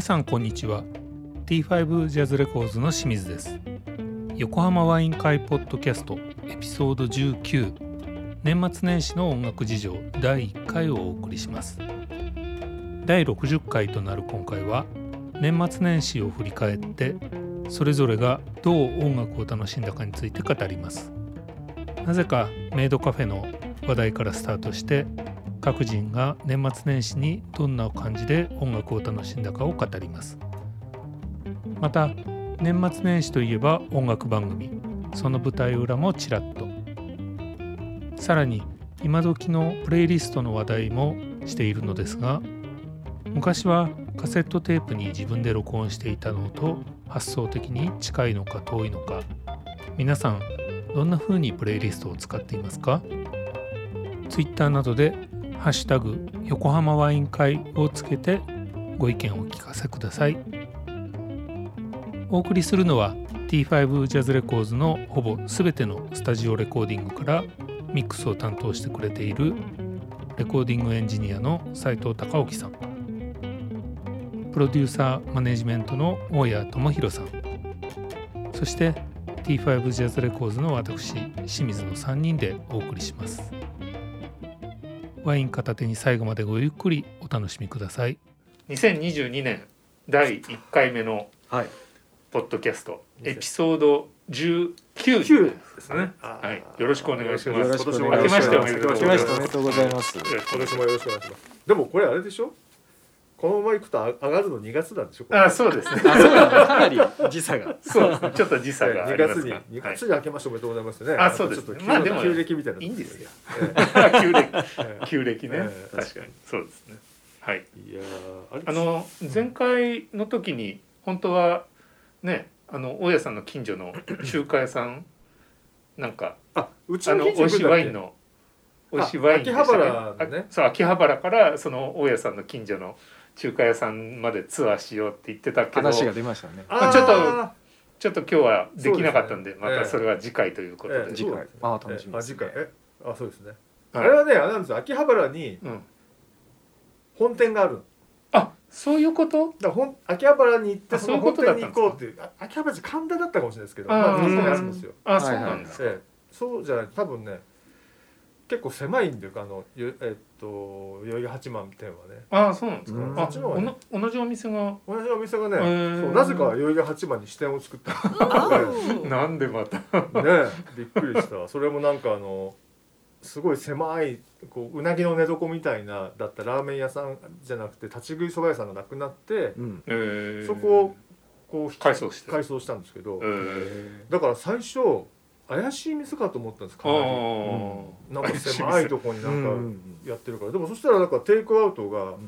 さんこんにちは T5 ジャズレコーズの清水です横浜ワイン会ポッドキャストエピソード19年末年始の音楽事情第1回をお送りします第60回となる今回は年末年始を振り返ってそれぞれがどう音楽を楽しんだかについて語りますなぜかメイドカフェの話題からスタートして各人が年末年始にどんな感じで音楽を楽しんだかを語りますまた年末年始といえば音楽番組その舞台裏もちらっとさらに今時のプレイリストの話題もしているのですが昔はカセットテープに自分で録音していたのと発想的に近いのか遠いのか皆さんどんな風にプレイリストを使っていますか Twitter などで「ハッシュタグ横浜ワイン会」をつけてご意見をお聞かせくださいお送りするのは T5 ジャズレコーズのほぼ全てのスタジオレコーディングからミックスを担当してくれているレコーディングエンジニアの斉藤隆興さんプロデューサーマネジメントの大谷智博さんそして T5 ジャズレコーズの私清水の3人でお送りしますワイン片手に最後までごゆっくりお楽しみください2022年第1回目のはい。ポッドキャストエピソード19ですね。はい、よろしくお願いします。よよろろししくくおお願願いいししまますす。明けましておおめでとうございます。今年もよろしくお願いします。でもこれあれでしょこのまま行くとあ上がるの2月なんでしょこれあ、そうです ね。あ、そうなんだ。かなり時差が。そうですね。ちょっと時差があ2りま月すにが。 2月に明けましておめでとうございますね。あそうですちょっとまあでも旧暦みたいな。いいんですよ。えはい旧暦、え。え旧暦ねえ。え確かに。そうですね。はい。えいやーあれあの前回の時に本当はね、あの大家さんの近所の中華屋さんなんかあうちあのの近所美味しいワインのの美味しいワインでした秋葉原のねあそう秋葉原からその大家さんの近所の中華屋さんまでツアーしようって言ってたけど話がち出ましたね。あーちょっとょっと今日はできなかったんでそうでますねたそれは次回ということえでえ、次そう回ですね。あー、楽しみえであす次ね。回えあそうですね。あはいれはねあれなんですよ秋葉原にうん、本店があるの。あそういうことだから本秋葉原に行ってあそそうのい本うことだ店ったんに行こうっていうあ秋葉原じゃ神田だったかもしれないですけど、あーまあそこにあるんですよ。あそうなんだ、ええ、そうじゃない多分ね結構狭いんであのよえっと代々木八幡店はねあそうなんですか、うんあおな同じお店が同じお店がね、へーそうなぜか代々木八幡に支店を作った ねなんでまたびっくりしたそれもなんかあのすごい狭いこううなぎの寝床みたいなだったラーメン屋さんじゃなくて立ち食いそば屋さんがなくなってうん。えーそこをこう改装して改装したんですけどえーだから最初怪しい店かと思ったんですあかなりーなんか狭いとこになんか。うんやってるからでもそしたらなんかテイクアウトがん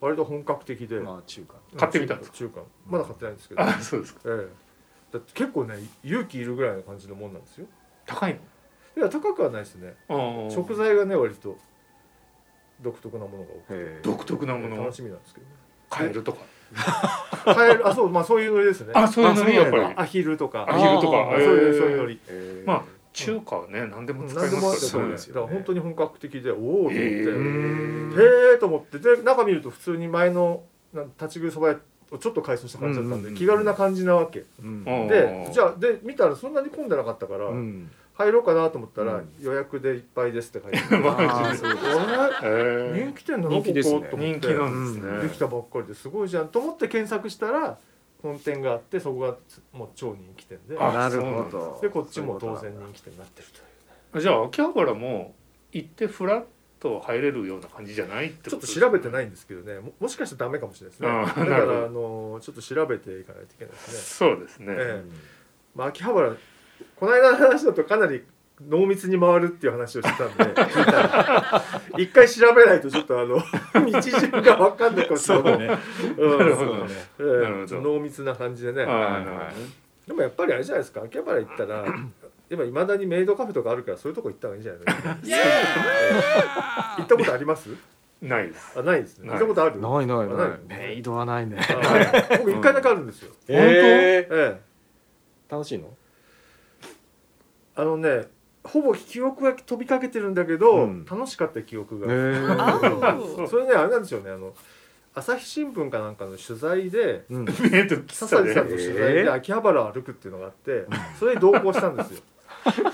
割と本格的で、うんまあ、中華。買ってみたんです中華まだ買ってないんですけど、えあそうですかえだって結構ね勇気いるぐらいの感じのもんなんですよ高いいや高くはないですねのあー食材がね割と独特なものが多くてへー独特なものを楽しみなんですけどね買えるとか買えるあそうまあそういうノリですねあそういうのにやっぱりアヒルとかアヒルとかあへーーそういうそういうノリへーまあ中華はね何でも使何いでもまあってすこからねそうれでだすよねから本当に本格的でおおと思って、へーうーんへえと思ってで中見ると普通に前のなん立ち食いそば屋をちょっと改装した感じだったうんで、んうんうん気軽な感じなわけうんうんでおーじゃあで見たらそんなに混んでなかったから、うん。入ろうかなと思ったら、うん予約でいっぱいですって書いて あマジであーそうでするあれへ人気店なの人気ですねここと思って人気なんですね、うんできたばっかりですごいじゃんと思って検索したら本店があってそこがもう超人気店であなるほど。でこっちも当そうい然う人気店になってるというじゃあ秋葉原も行ってフラッと入れるような感じじゃないってちこょっとと調べてないないんですけどねももしかしたらダメかもしれないですねあだーかなるほどらあのちょっと調べていかないといけないですねそうですね、えこえとだうんまあ、秋葉原この間の話だとかなり濃密に回るっていう話をしてたんで聞いたら一回調べないとちょっとあの 道順が分かんないかもしれないね。うんなるほどそうだねええなるほど濃密な感じでねはいはいでもやっぱりあれじゃないですか秋葉原行っ たら今いまだにメイドカフェとかあるからそういうとこ行った方がいいんじゃないですか、ええ行ったことありますないですあないですねない行ったことあるないないなないい。メイドはないね。あ僕一回だけあるんですよ、んへーええ楽しいの？あのねほぼ記憶が飛びかけてるんだけど、うん楽しかった記憶が、へー それねあれなんですよねあの朝日新聞かなんかの取材でうんえっと笹井さんの取材えでー秋葉原を歩くっていうのがあってそれに同行したん ですよ。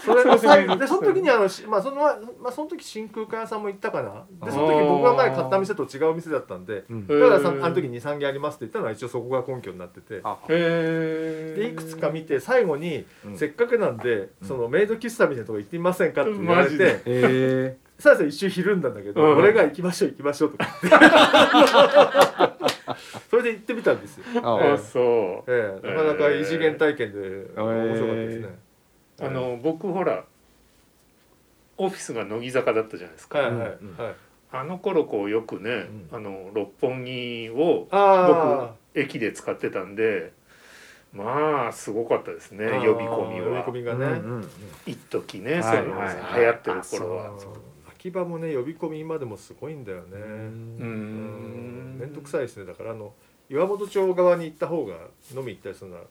それで最後でその時にあの、しまあそのまあ、その時真空管屋さんも行ったかなでその時僕が前買った店と違う店だったんでうんだからさあの時23軒ありますって言ったのは一応そこが根拠になっててあへえでいくつか見て最後にうんせっかくなんで、うんそのメイド喫茶みたいなとこ行ってみませんかって言われマジでてえさやさん一周ひるんだんだけど、うん俺が行きましょう行きましょうとか 言ってそれで行ってみたんですよ、ーああそうええなかなか異次元体験で面白かったですね、あの僕ほらオフィスが乃木坂だったじゃないですか、はいはいはい、うんあの頃こうよくね、んあの六本木をああ駅で使ってたんでまあすごかったですねあー呼び込み呼びは込みがうんうね、ん一時ね、はいそのはいはい流行ってる頃あはの秋葉もね呼び込み今でもすごいんだよね、うーん面倒くさいですねだからあの岩本町側に行った方が飲み行ったりするのは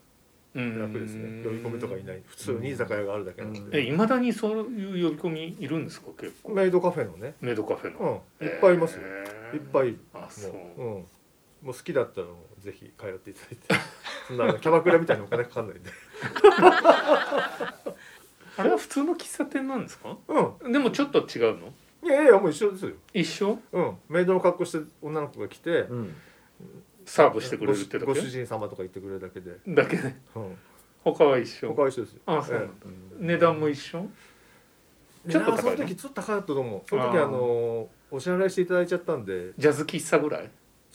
楽ですね呼び込みとかいない普通に居酒屋があるだけなんえで、いまだにそういう呼び込みいるんですか結構メイドカフェのね、メイドカフェの、うん、いっぱいいますよ、いっぱいいるあそう、もう,、ん、もう好きだったらもうぜひ通っていただいて そんなあのキャバクラみたいにお金かかんないんであれは普通の喫茶店なんですかうんでもちょっと違うのいやいやもう一緒ですよ、一緒うん、メイドの格好して女の子が来てうんうんサーブしてくれるってだご主ご主け人様とか言ってくれるだけで、だけでうん、他は一緒他は一緒ですよあそうなんえだ、値段も一緒えちょっと高いのいやその時ちょっと高かったと思うその時あーあのお支払いしていただいちゃったんでジャズ喫茶ぐらい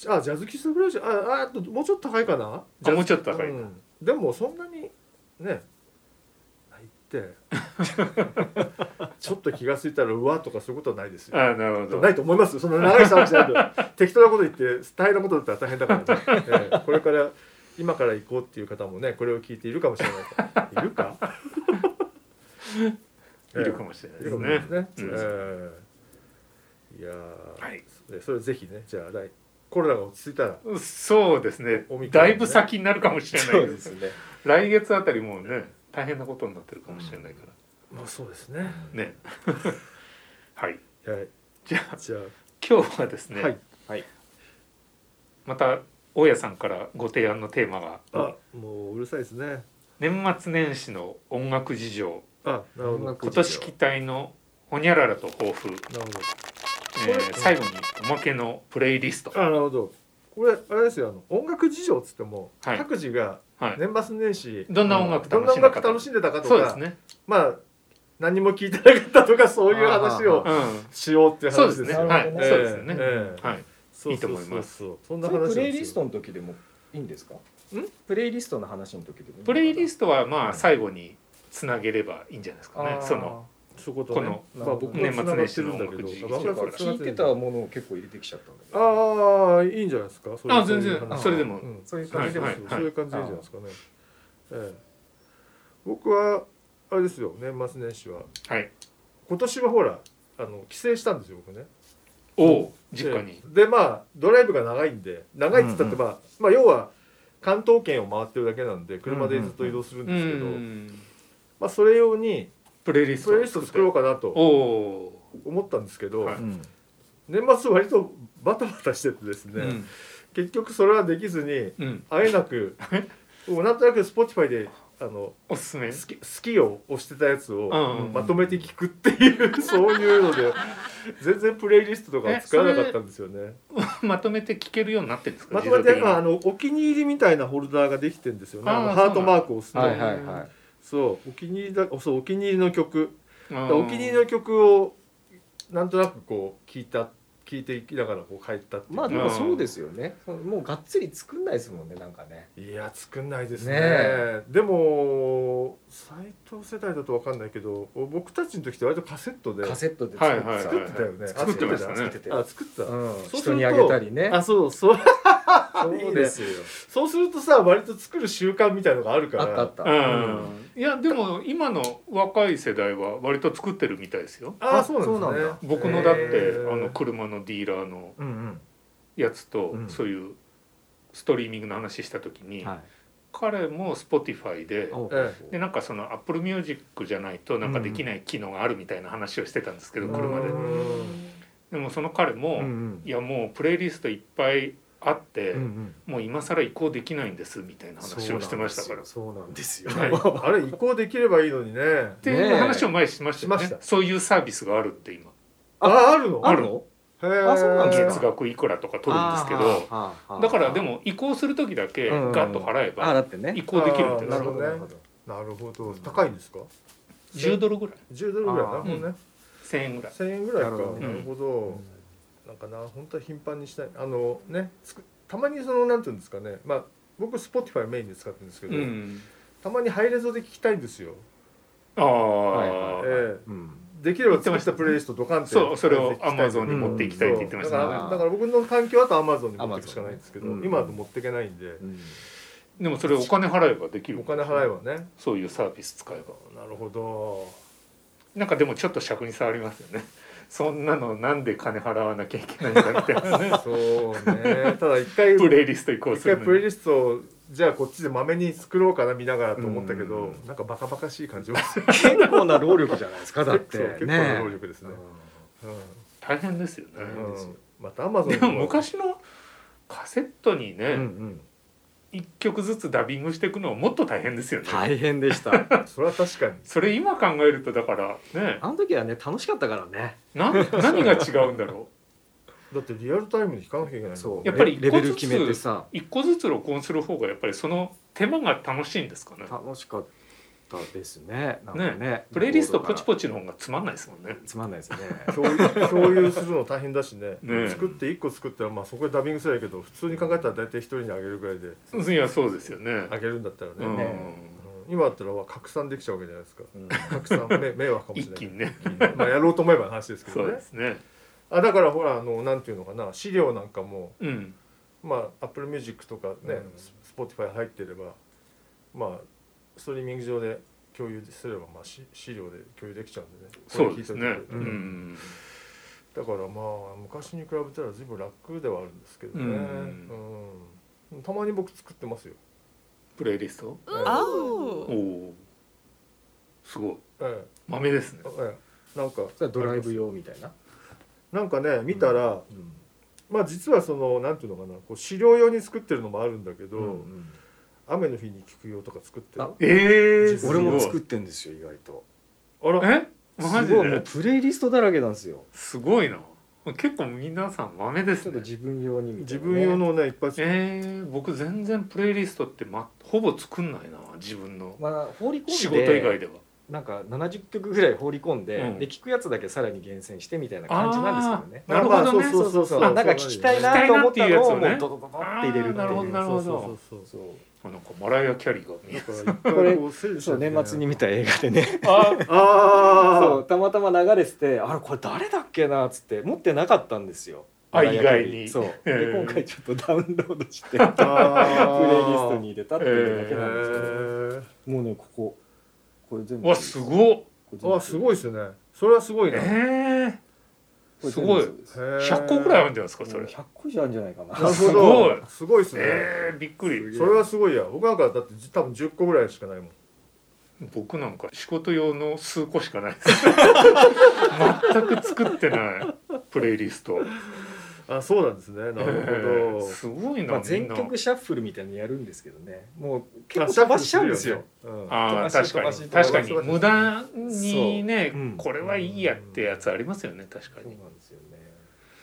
あジャズ喫茶ぐらいじゃあああともうちょっと高いかなあもうちょっと高い、うんでもそんなにねないって ちょっと気が付いたらうわとかそういうことはないですよあなるほどないと思いますよその長い話な んで適当なこと言って大変なことだったら大変だから、ねええこれから今から行こうっていう方もねこれを聞いているかもしれないからいるか いるかもしれないいでするかもねしれないですうねんええいやーはいでそれぜひねじゃあ来コロナが落ち着いたらそうですねオミクだロンねいぶ先になるかもしれないですすね来月あたりもうね大変なことになってるかもしれないから、まあそうですねね はいはいじゃあじゃあ今日はですね、はいはいまた大家さんからご提案のテーマがあもううるさいですね年末年始の音楽事情あなるほど音なる楽今年期待のほにゃららと抱負、ほどえー最後におまけのプレイリストあなるほどこれあれですよあの音楽事情っつっても、はい各自がはい年末年始、どんな音楽どんな楽し音んだか楽楽しんでたかとそうですか、ね、まあ何も聞いてなかったとかそういう話あーはーをうはん、しようっていうそう話でですねすよなるほはどい、ねそうですね、ええはいそうそうそうそういいと思いますそんなそ話なれんですプよレイリストの時でもいいんですかプレイリストの話の時でもプレイリスストはまあ最後につなげればいいんじゃないですかねそのそういうことこねのまあ僕も年末年つ始なのがってるんだけど音楽事情僕はつな聞がっいてるてんだたものを結構入れてきちゃったんだけどああいいんじゃないですかそれあ全然そういう話それでもうんそういうそ感れじでもでもはいそういう感じでいいんじゃないですかね、ええ、僕はあれですよ年末年始ははい今年はほらあの帰省したんですよ僕ねおお実家に、ででまあドライブが長いんで長いって言ったってまあ、まあ要は関東圏を回ってるだけなんで車でずっと移動するんうですけど、んまあそれ用にプレイリストプレイリスト作ろうかなおとお思ったんですけど、はいうん年末割とバタバタしててですね、うん結局それはできずにうんあえなくもうなんとなく Spotify であのおすすめ好き好きを押してたやつをうんうんまとめて聞くっていう、 そういうので全然プレイリストとかは使わなかったんですよね。まとめて聞けるようになってるんですかまとめて自あ動的にのお気に入りみたいなホルダーができてんですよね。あのあーハートマークを押すと、はいはいはいそうお気に入りだそうお気に入りの曲、あーお気に入りの曲をなんとなくこう聞いた聞いていきながらこう書いたっていう。まあでもそうですよねもうがっつり作んないですもんねなんかねいや作んないですねねえでも斎藤世代だとわかんないけど僕たちの時って割とカセットでカセットではいはいはい作ってたよね作ってましたね作ってたあ作ってた、うんそうすると人にあげたりねあそうそうそうですよそうするとさ割と作る習慣みたいのがあるからあったあったうんいやでも今の若い世代は割と作ってるみたいですよああそうなんそうですなねん僕のだってへーあの車のディーラーのうんやつとうんそういうストリーミングの話した時に、うんはい彼も Spotify でおえでなんかその Apple Music じゃないとなんかできない機能があるみたいな話をしてたんですけど、うん車でうんでもその彼も、うんうんいやもうプレイリストいっぱいあって、うんうんもう今更移行できないんですみたいな話をしてましたから。っそうなんですよ。はいあれ移行できればいいのにね。ていう話を前にしましたよねえねしましたそういうサービスがあるって今ああるの。あるのへあそうなんですか月額いくらとか取るんですけどどだからでもも移行する時だけうんうんうんガッと払えああばだってね移行できるんですななるるほほどどねなるほどなるほど。高いんですか。 10ドルぐらい10ドルぐらいなあーもうね。 1000円ぐらい1000円ぐらいか。ななるるほほどど。ねなんかな本当は頻繁にしたい。あのねつくたまにそのなんていうんですかね。まあ僕 Spotify メインで使ってるんですけど、うんたまにハイレゾで聞きたいんですよ。あはいあはいええうんできれ言ばって作まっしたねたプレイリストドカンってそうそれを聞きたいな Amazon に持っていきたいって言ってましたねそうだからだから僕の環境だと Amazon Amazon に持っていくしかないんですけど、うん今だと持っていけないんで、うんでもそれお金払えばできるお金払えばばねそういうサービス使えばなるほどなんかでもちょっと尺に触りますよねそんなのなんで金払わなきゃいけないんだみたいなねそうねただ一 回プ一レイリスト移行する回のにプレイリストをじゃあこっちでまめに作ろうかな見ながらと思ったけど、うんなんかバカバカしい感じがする結構な労力じゃないですかだってそう結構な労ね力ですねうん大変ですよね、大変ですよまた Amazon でも昔のカセットにうんうね、ん一曲ずつダビングしていくのはもっと大変ですよね、大変でした それは確かにそれ今考えるとだからねあの時はね楽しかったからね な何が違うんだろだってリアルタイムに聞かなきゃいけないのそうやっぱりレレベル決めてさう一個ずつ録音する方がやっぱりその手間が楽しいんですかね楽しかったですねなんかねプレイリストポチチポチの方がつまんないですもんねつまんないですね共有 共有するの大変だしねねえ作って1個作ったらまあそこでダビングするやけど普通に考えたら大体1人にあげるぐらいでいやそうですよねあげるんだったらね、うんうん今だったら拡散できちゃうわけじゃないですかうん拡散め迷惑かもし一れない気にねまあやろうと思えばの話ですけそどうねですねあだからほらあのなんていうのかな資料なんかもうんまあ Apple Music とかね、うん Spotify 入ってればまあストリーミング上で共有すればまあし資料で共有できちゃうんでねそうですこれね聞いといてくうれるんだからまあ昔に比べたら随分楽ではあるんですけどね、ううんたまに僕作ってますよ、プレイリストええお Oh. おすごいえ豆ですねえええなんかそれはドライブ用みたいな、なんかね見たら、うんまあ実はそのなんていうのかなこう資料用に作ってるのもあるんだけど、うん雨の日に聞く用とか作ってるあええすごい俺も作ってんですよ意外とあらえマすジごいもでうプレイリストだらけなんですよすごいな結構皆さん豆でちすょっとね自分用にみたい自なね、分用のねいっぱい作るえー、僕全然プレイリストって、ま、ほぼ作んないな自分のまあ放り込んで仕事以外ではなんか70曲ぐらい放り込んで、うんで聞くやつだけさらに厳選してみたいな感じなんですけどねあーなるほどねまあそうそうそうそう、まあ、なんか聞きたいなと思っ聞きたいなっていたのをうやつをねもうドドドドって入れるあっていうーなるほどなるほどそうそうそうそうあなんかマライア・キャリーが見えそうだからいっぱいこう整理してそるうね年末に見た映画でねあ そあ うたまたま流れててあれこれ誰だっけなっつって持ってなかったんですよあ意外にそうへでー今回ちょっとダウンロード してプレイリスーあトにに入れたっていうだけへなんですけど、ーもうねこここれ全部わすごっこれ全部あすごいですねそれはすごいな、へえー、これす全ご部いそうですー100個ぐらいあるんじゃないですかそもれう100個じゃあるんじゃないかななるほすごいどすごいですね、えー、びっくりそれはすごいや僕なんかだってじ多分10個ぐらいしかないもん僕なんか仕事用の数個しかないです全く作ってないプレイリストあそうなんですねなるほど、えーすごいな、まあ、みん全な曲シャッフルみたいにやるんですけどねもうあ結構飛ばしちゃうんですよ。うんああ飛ば確しかに飛ば確しかに飛ばし無駄にね、そううんこれはいいやってやつありますよね確かそうになんですよね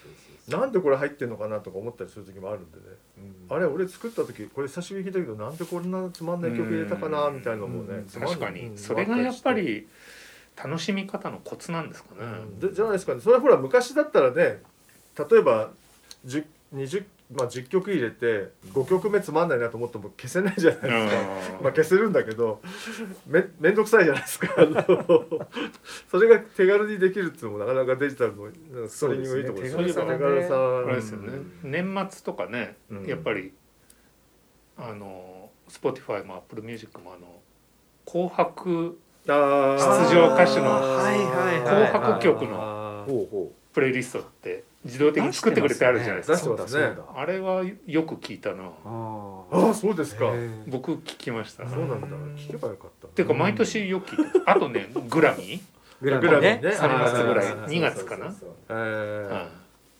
そうそうそうなんでこれ入ってんのかなとか思ったりする時もあるんでね、うんあれ俺作った時これ久しぶりに弾いたけどなんでこんなつまんない曲入れたかなみたいなのもねうんつまんない確かに、うんそれがやっぱり楽しみ方のコツなんですかね、でじゃないですかねそれはほら昔だったらね例えば10 20まあ、10曲入れて5曲目つまんないなと思っても消せないじゃないです か、まあ、消せるんだけどめめんどくさいじゃないですかあのそれが手軽にできるっていうのもなかなかデジタルのなんかストリーミングのいいところそうですね手手軽軽ささがあれですよね、う年末とかね、うんやっぱりあの Spotify も Apple Music もあの紅白あー出場歌手のはいはい紅はい白曲のあーほうほプレイリストって自動的に作ってくれてあるじゃないですか出してますねそうだそうだあれはよく聞いたなああーそうですか、へ僕聞きましたそうなんだ聞けばよかったっていうか毎年よく聞いてあとねグラミーグラミグラーミーねね3月ぐらいあー2月かなそうそうそうえーうん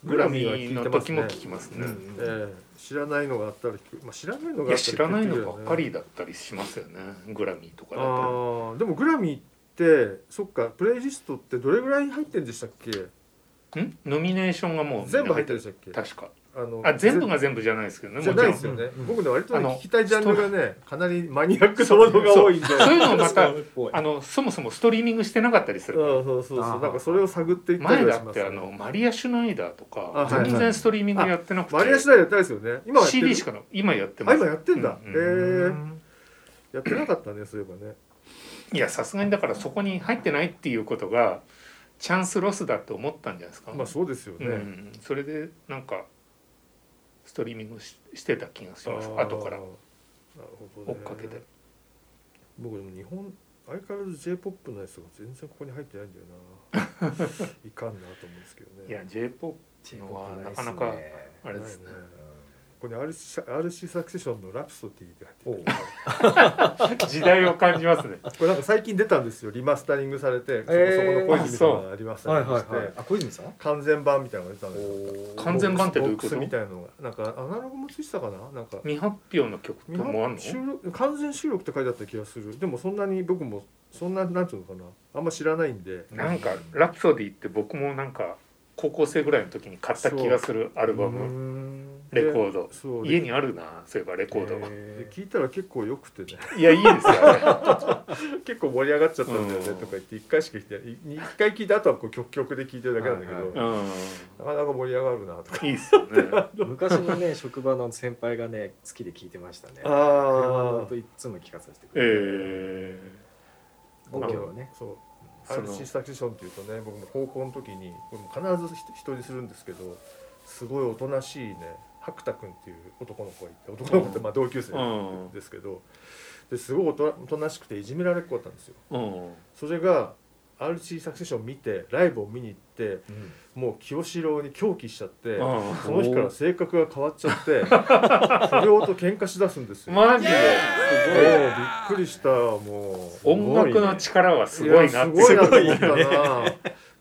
ググララミミーはー聞いてのます時ねも聞きますね、うんええ知らないのがあったら聞く、まあ、知らないのいがあやった知らら聞ないくけどねのばっかりだったりしますよねグラミーとかだとああでもグラミーってそっかプレイリストってどれぐらい入ってるんでしたっけんノミネーションがもう全部入ってるでしたっ確かけあのあ全部が全部じゃないですけどねぜもちじゃろんないですよね、うん僕ね割とあねの聞きたいジャンルがねかなりマニアックなものが多いんでそういうのをまたそうっぽいあのそもそもストリーミングしてなかったりするうんそうそうあそーうなんかそれを探っていった前りはだしっますてあのマリア・シュナイダーとあかはい全然ストリーミングやってなくてマリア次第やったんですよね今はやってる CD しかの今やってまあす今やってんだ、うえんえやってなかったねそういえばねいやさすがにだからそこに入ってないっていうことがチャンスロスだって思ったんじゃないですか、まあそうですよね、うん、それでなんかストリーミングししてた気がしますー後からなるほど、追っね、かけて僕でも日本相変わらず j p o p のやつが全然ここに入ってないんだよ ないかんなと思うんですけどねいや j p o p のはなかなないかっすねあれですねないここに RC, RC サクセションの「ラプソディ」ってお入っうてる時代を感じます ねこれなんか最近出たんですよリマスタリングされて、えーそこそこの小泉さんがリマスタはいリングして、はいはいあ小泉さん完全版みたいなのが出たんですよ完全版ってどういうことボックスみたいなのがなんかアナログもついてたかななんか未発表の曲と未もあん発の収録完全収録って書いてあった気がするでもそんなに僕もそんななんていうのかなあんま知らないんでなんか「ラプソディ」って僕もなんか高校生ぐらいの時に買った気がするアアルバムレコードそう家でにあるなそういえばレコード、で聞いたら結構良くてね いやいいですよね結構盛り上がっちゃったんだよねうんとか言って1回しか聞いてない1回聞いた後はこう曲曲で聞いてるだけなんだけど、はいは うなかなか盛り上がるなとかんいいっすよね。 昔のね職場の先輩がね好きで聞いてましたねあ車のあ音いっつも聞かさせてくれる、え音響はねそうその RC サクセションっていうとね僕も高校の時にこれも必ず人にするんですけどすごいおとなしいね白太くんっていう男の子がいて男の子ってまあ同級生うんですけどですごいおとおとなしくていじめられっ子だったんですよー、うん。それが RC サクセション見てライブを見に行ってうんもう清志郎に狂気しちゃってうんその日から性格が変わっちゃ って不良と喧嘩しだすんですよ。マジですおーびっくりしたもうごい。音楽の力はすごいなっやすごいなとて。思ったな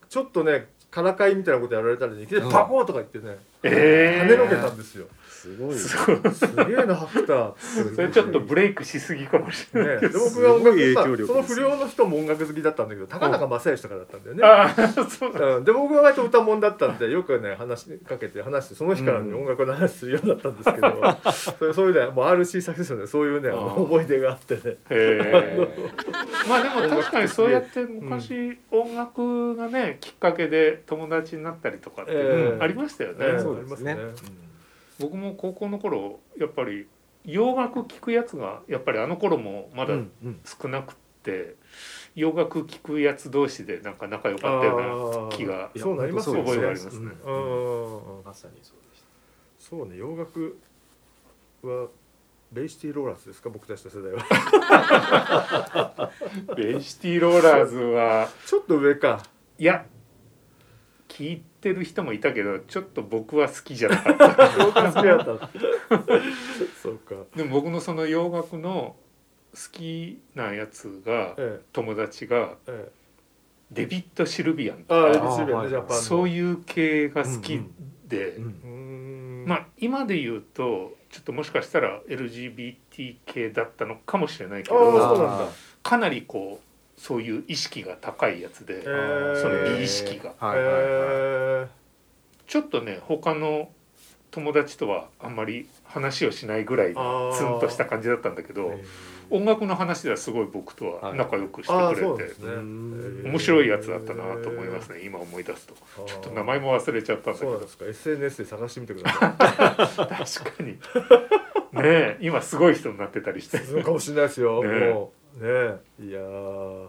ちょっとねからかいみたいなことやられたらねいきなりパコーとか言ってね え跳ーねのけたんですよすごいすごい。すげえなハクター それちょっとブレイクしすぎかもしれねない。で僕が音すご楽い影響力まあですそねの不良の人も音楽好きだったんだけど高中正義とかだったんだよねああ、そうだ。うん、で僕は割と歌もんだったんでよくね話しかけて話してその日からねうん音楽の話するようになったんですけど、それそういうねもう RC サクセスでそういうねああのー思い出があってねえー、まあでも確かにそうやって昔音楽がねきっかけで友達になったりとかってえーありましたよね、えーそうですねありま僕も高校の頃やっぱり洋楽聴くやつがやっぱりあの頃もまうだんうん少なくって洋楽聴くやつ同士でなんか仲良あかったよー気がそうなりますうなよね覚えがありますねううんんまさにそうでしたそうね洋楽はベイシティ・ローランスですか僕たちの世代はうなベイシティローラーズはちょっと上かいや聴いてる人もいたけどちょっと僕は好きじゃなか ったローランスペアだったそうかでも僕のその洋楽の好きなやつがえ友達がえええデビッド・シルビアンとああレデかィシルビアあーはねいジャパンのそうういう系が好きで。うんーんまあ今で言うとちょっともしかしたら LGBT 系だったのかもしれないけあーどそうなんだあーかなりこうそういう意識が高いやつで、えーその美意識がはいはいはいえちょっとね他の友達とはあんまり話をしないぐらいあのーツンとした感じだったんだけどえ音楽の話ではすごい僕とは仲良くしてああくそうれでてす。ねうん面白いやつだったなと思いますね今思い出すとちちょっと名前も忘れちゃったんだけそうなんどですか SNS で探してみてくださ確か にねえ今すごい人になってたりしていそうかもしれないですよ、ねもうねいやー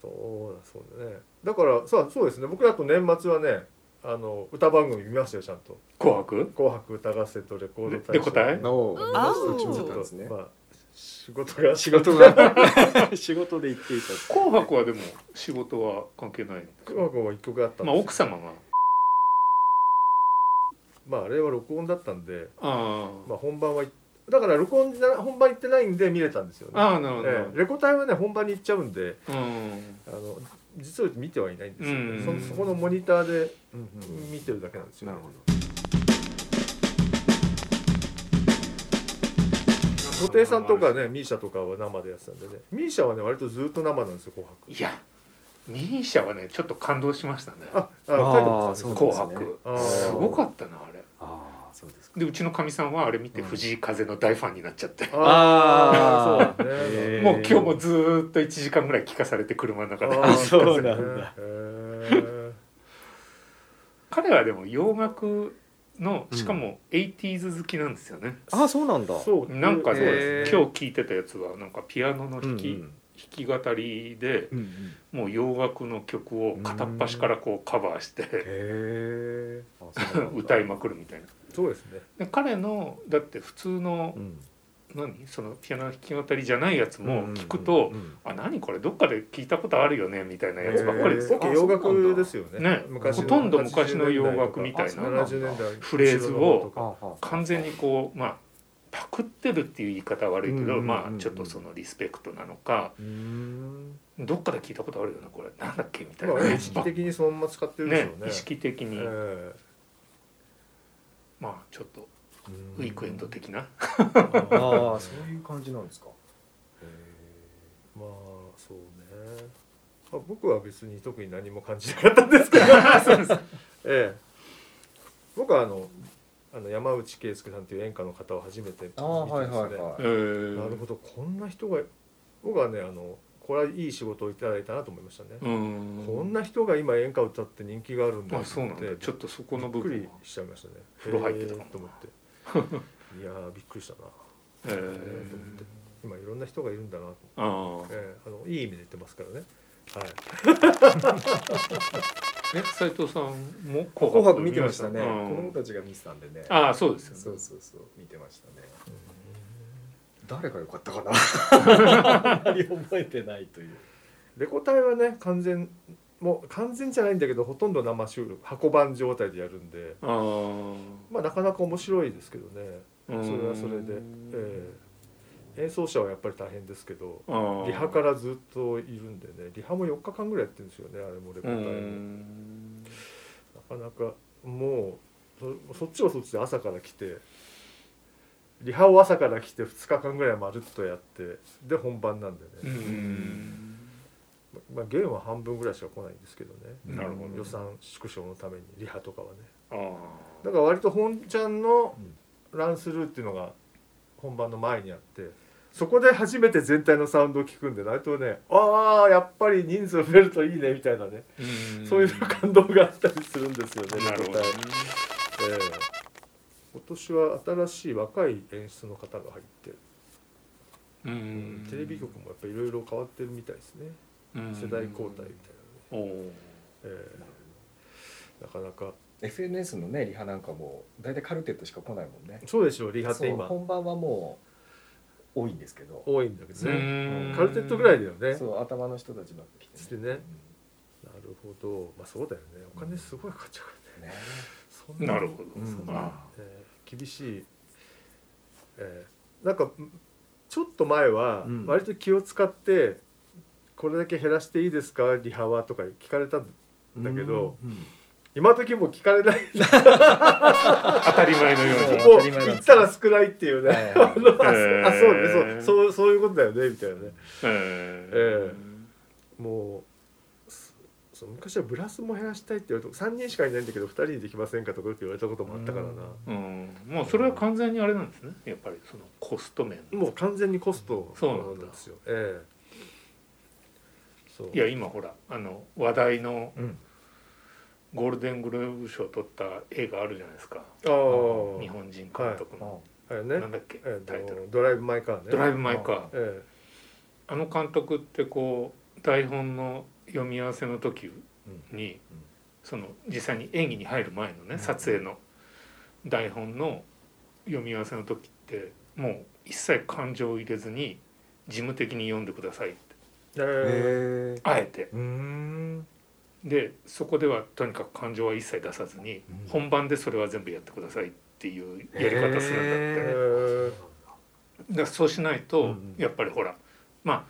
そうだそうだねだからさそうですね僕だと年末はねあの歌番組見ましたよちゃんと紅白「紅白歌合戦」とレコードレレコ大ちょおーあそーう決めてたんですっねとまあ仕事が仕事が 仕事で行っていたって紅白はでも仕事は関係ない紅白は一曲あったんまあです奥様がまああれは録音だったんで、あまあ、本番はいだから録音じゃ本番行ってないんで見れたんですよあねああなるほど、ええレコ大はね本番に行っちゃうんでうんあの実を言うと見てはいないんですよ、ねうんそそこのモニターでうん見てるだけなんですよ、なるねほど布袋さんとかねミーシャとかは生でやってたんでねミーシャはね割とずっと生なんですよ「紅白いやミーシャはねちょっと感動しましたね」あああー書いてますそうねなん紅ですね白あーすごかったなあれああそうですかでうちのかみさんはあれ見て藤井風の大ファンになっちゃってあーあーそうなんですねへーもう今日もずーっと1時間ぐらい聞かされて車の中であーそうなんだへー彼はでも洋楽のしかも 80s 好きなんですよね、ああ そうなんだそうなんかね、えー今日聴いてたやつはなんかピアノの弾き,、うん弾き語りでうんうんもう洋楽の曲を片っ端からこうカバーしてへえあそうなんだ歌いまくるみたいなそうですねで彼のだって普通のうん何そのピアノの弾き語りじゃないやつも聞くと、うんうんあ何これどっかで聞いたことあるよねみたいなやつばっかりですオよッケー洋楽ですよねね昔のほとんど昔の洋楽みたいな70年代フレーズをああああ完全にこうまあパクってるっていう言い方は悪いけど、うんうんうんうんまあちょっとそのリスペクトなのかうーんどっかで聞いたことあるよねこれなんだっけみたいまなあや意つ識ばっか的にそのまま使ってるでしょねうね意識的に、えまあちょっとウえィークエンド的な、あーああそういう感じなんですかえーまあそうね、まあ、僕は別に特に何も感じなかったんで すけど、ええ、僕はあのあの山内圭介さんという演歌の方を初めて見てですね、えなるーほどこんな人が僕はねあのこれはいい仕事をいただいたなと思いましたね、うんこんな人が今演歌を歌って人気があるんだまあそうなんだってちょっとそこのび部っく分りは、しちゃいましたね風呂入ってたかもえーと思って いやーびっくりしたな、ええーと思って今いろんな人がいるんだなと思ってああええあのいい意味で言ってますからね。はい。え斉藤さんも紅白見てましたねう子ん供たちが見てたんでねああそうですよねそうそうそう見てましたね誰が良かったかなあんまり覚えてないというレコ隊はね完全もう完全じゃないんだけどほとんど生収録箱番状態でやるんで、ああまあなかなか面白いですけどね。それそれはそれで、ええ演奏者はやっぱり大変ですけど。リハからずっといるんでねリハも4日間ぐらいやってるんですよねあれもレコ隊もなかなかもうそそっちはそっちで朝から来てリハを朝から来て2日間ぐらいまるっとやってで本番なんでね、まあ、ゲームは半分ぐらいしか来ないんですけどねなるほど予算縮小のためにリハとかはねあだから割と本ちゃんのうんランスルーっていうのが本番の前にあってそこで初めて全体のサウンドを聞くんで割とねああやっぱり人数増えるといいねみたいなね、ーそういう感動があったりするんですよねなるほどね絶対ええ今年は新しい若い演出の方が入って、うんテレビ局もやっぱいろいろ変わってるみたいですね、世代交代みたいなね、おーええなかなか FNS のねリハなんかも大体カルテットしか来ないもんねそうでしょうリハってそう今本番はもう多いんですけど多いんだけどうねーんカルテットぐらいだよねそう頭の人たちばっか来てしてねなるほどまあそうだよねお金すごいかかっちゃうからねうんねそんなるほど、うんそんなあえー厳しいえーなんかんちょっと前はうん割と気を使ってこれだけ減らしていいですかリハはとか聞かれたんだけどうんうん今時もう聞かれないー当たり前のようにんもう当たり前なん言っですたねら少ないっていうはねいは あのあへーあそうねそうそうそういうことだよねみたいなねえもうそそう昔はブラスも減らしたいって言われた3人しかいないんだけど2人にできませんかとかよく言われたこともあったからな、うんもうそれは完全にあれなんですねやっぱりそのコスト面もう完全にコストそうなんだですよええそういや今ほらあの話題のいうんゴールデングローブ賞を取った映画あるじゃないですかああ日本人監督あの、あれねなんだっけえっとタイトルドライブ・マイ・カーねドライブ・マイ・カーあえあの監督ってこう台本の読み合わせの時に、その実際に演技に入る前のね、うん撮影の台本の読み合わせの時ってもう一切感情を入れずに事務的に読んでくださいってえええへえあえてうーんでそこではとにかく感情は一切出さずに、うん本番でそれは全部やってくださいっていうやり方するんだってね。ええだからそうしないと、うんうんやっぱりほらま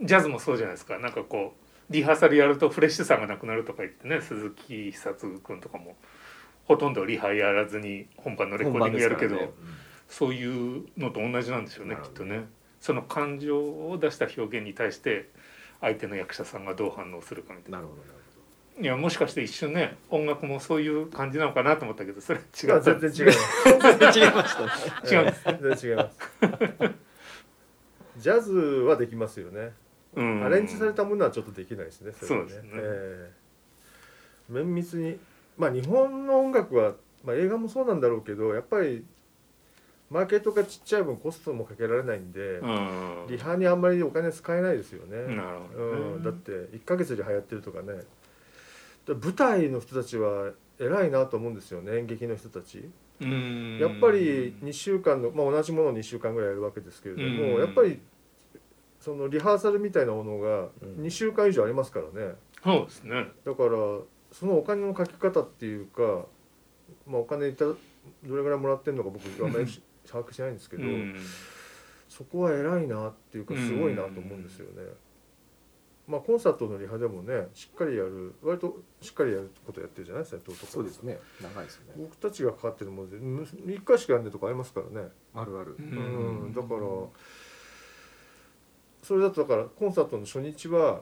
あジャズもそうじゃないですかなんかこうリハーサルやるとフレッシュさがなくなるとか言ってね鈴木久嗣君とかもほとんどリハやらずに本番のレコーディングやるけど、本番ですからねそういうのと同じなんでしょうねなるきほっとどねその感情を出した表現に対して相手の役者さんがどう反応するかみうたんいななるほどなるいやもしかして一瞬ね音楽もそういう感じなのかなと思ったけどそれ違は違うった全然違いますほど 違いました違うねんで全然違いますジャズはできますよね、うんアレンジされたものはちょっとできないですねれはそうですねええ綿密にまあ日本の音楽は、まあ、映画もそうなんだろうけどやっぱりマーケットがちっちゃい分コストもかけられないんで、うんリハにあんまりお金使えないですよね、なるほどねうん、だって1ヶ月で流行ってるとかねで舞台の人たちは偉いなと思うんですよね演劇の人たち。うんやっぱり2週間の、まあ、同じものを2週間ぐらいやるわけですけれども、うんやっぱりそのリハーサルみたいなものがうん2週間以上ありますからねそうですねだからそのお金のかけ方っていうか、まあ、お金いたどれぐらいもらってるのか僕あんまりし把握しないんですけど、うんそこは偉いなっていうかすごいなと思うんですよね。まあ、コンサートのリハでもねしっかりやる割としっかりやることやってるじゃない斉藤とかそうですね長いですね僕たちがかかってるもので1回しかやんないとかありますからね。あるあるうんうんだからそれだとだからコンサートの初日は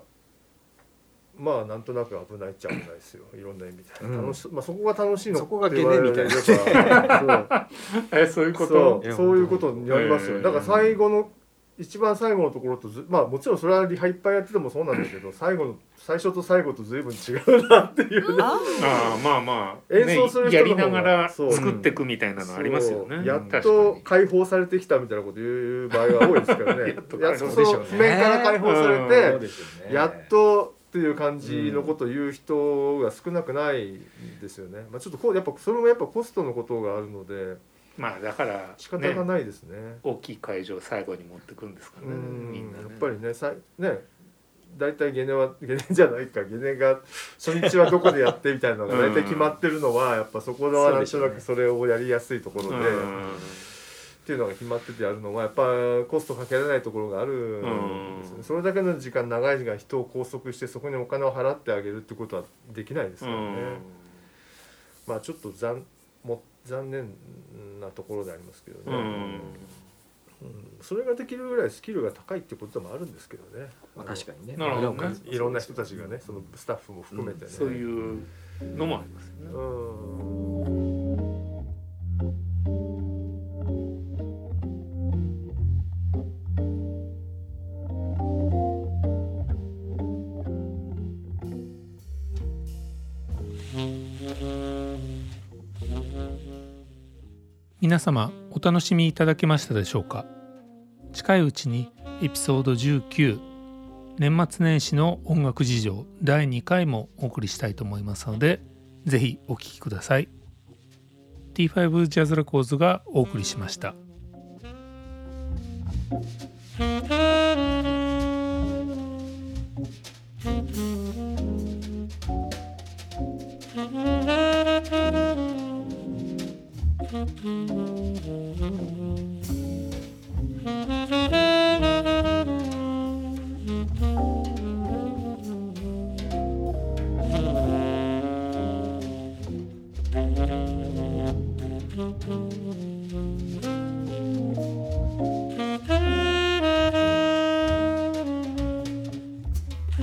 まあなんとなく危ないっちゃ危ないですよいろんな意味で、うん楽しまあ、そこが楽しいのそこがってゲネ言われみたいななえそういうそ こうそといやうそういうことになりますよ、ええだから最後の一番最後のところとずまあもちろんそれはリハいっぱいやっててもそうなんだけど最後の最初と最後と随分違うなっていうああまあまあ、演奏する人やのり方がながらそう作っていくみたいなのありますよそうね。やっ確かとに解放されてきたみたいなこと言う場合が多いですからねやっと解放やっとそうでしょうね譜面から解放されて、そうですよねやっとっていう感じのことを言う人が少なくないんですよね。まあちょっとこうやっぱそれもやっぱコストのことがあるのでまあだから、仕方がね、ないですね。大きい会場を最後に持ってくんですかうねみんん、なやねっぱりねさいね大体ゲネは ゲネじゃないかゲネが初日はどこでやってみたいなのが大体決まってるのはやっぱそこはなんとなくそれをやりやすいところうで。んっていうのが決まっててやるのはやっぱコストかけられないところがあるんですよねうんそれだけの時間長い時間人を拘束してそこにお金を払ってあげるってことはできないですからね、まあちょっと残も残念なところでありますけどね、うんうんうんそれができるぐらいスキルが高いってこともあるんですけどね、まあ確かにねなるほどね裏を返せばいろんな人たちがねそのスタッフも含めてね、そういうのもありますよね。うん皆様お楽しみいただけましたでしょうか近いうちにエピソード19年末年始の音楽事情第2回もお送りしたいと思いますのでぜひお聴きください T5 ジャズレコーズがお送りしました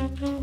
「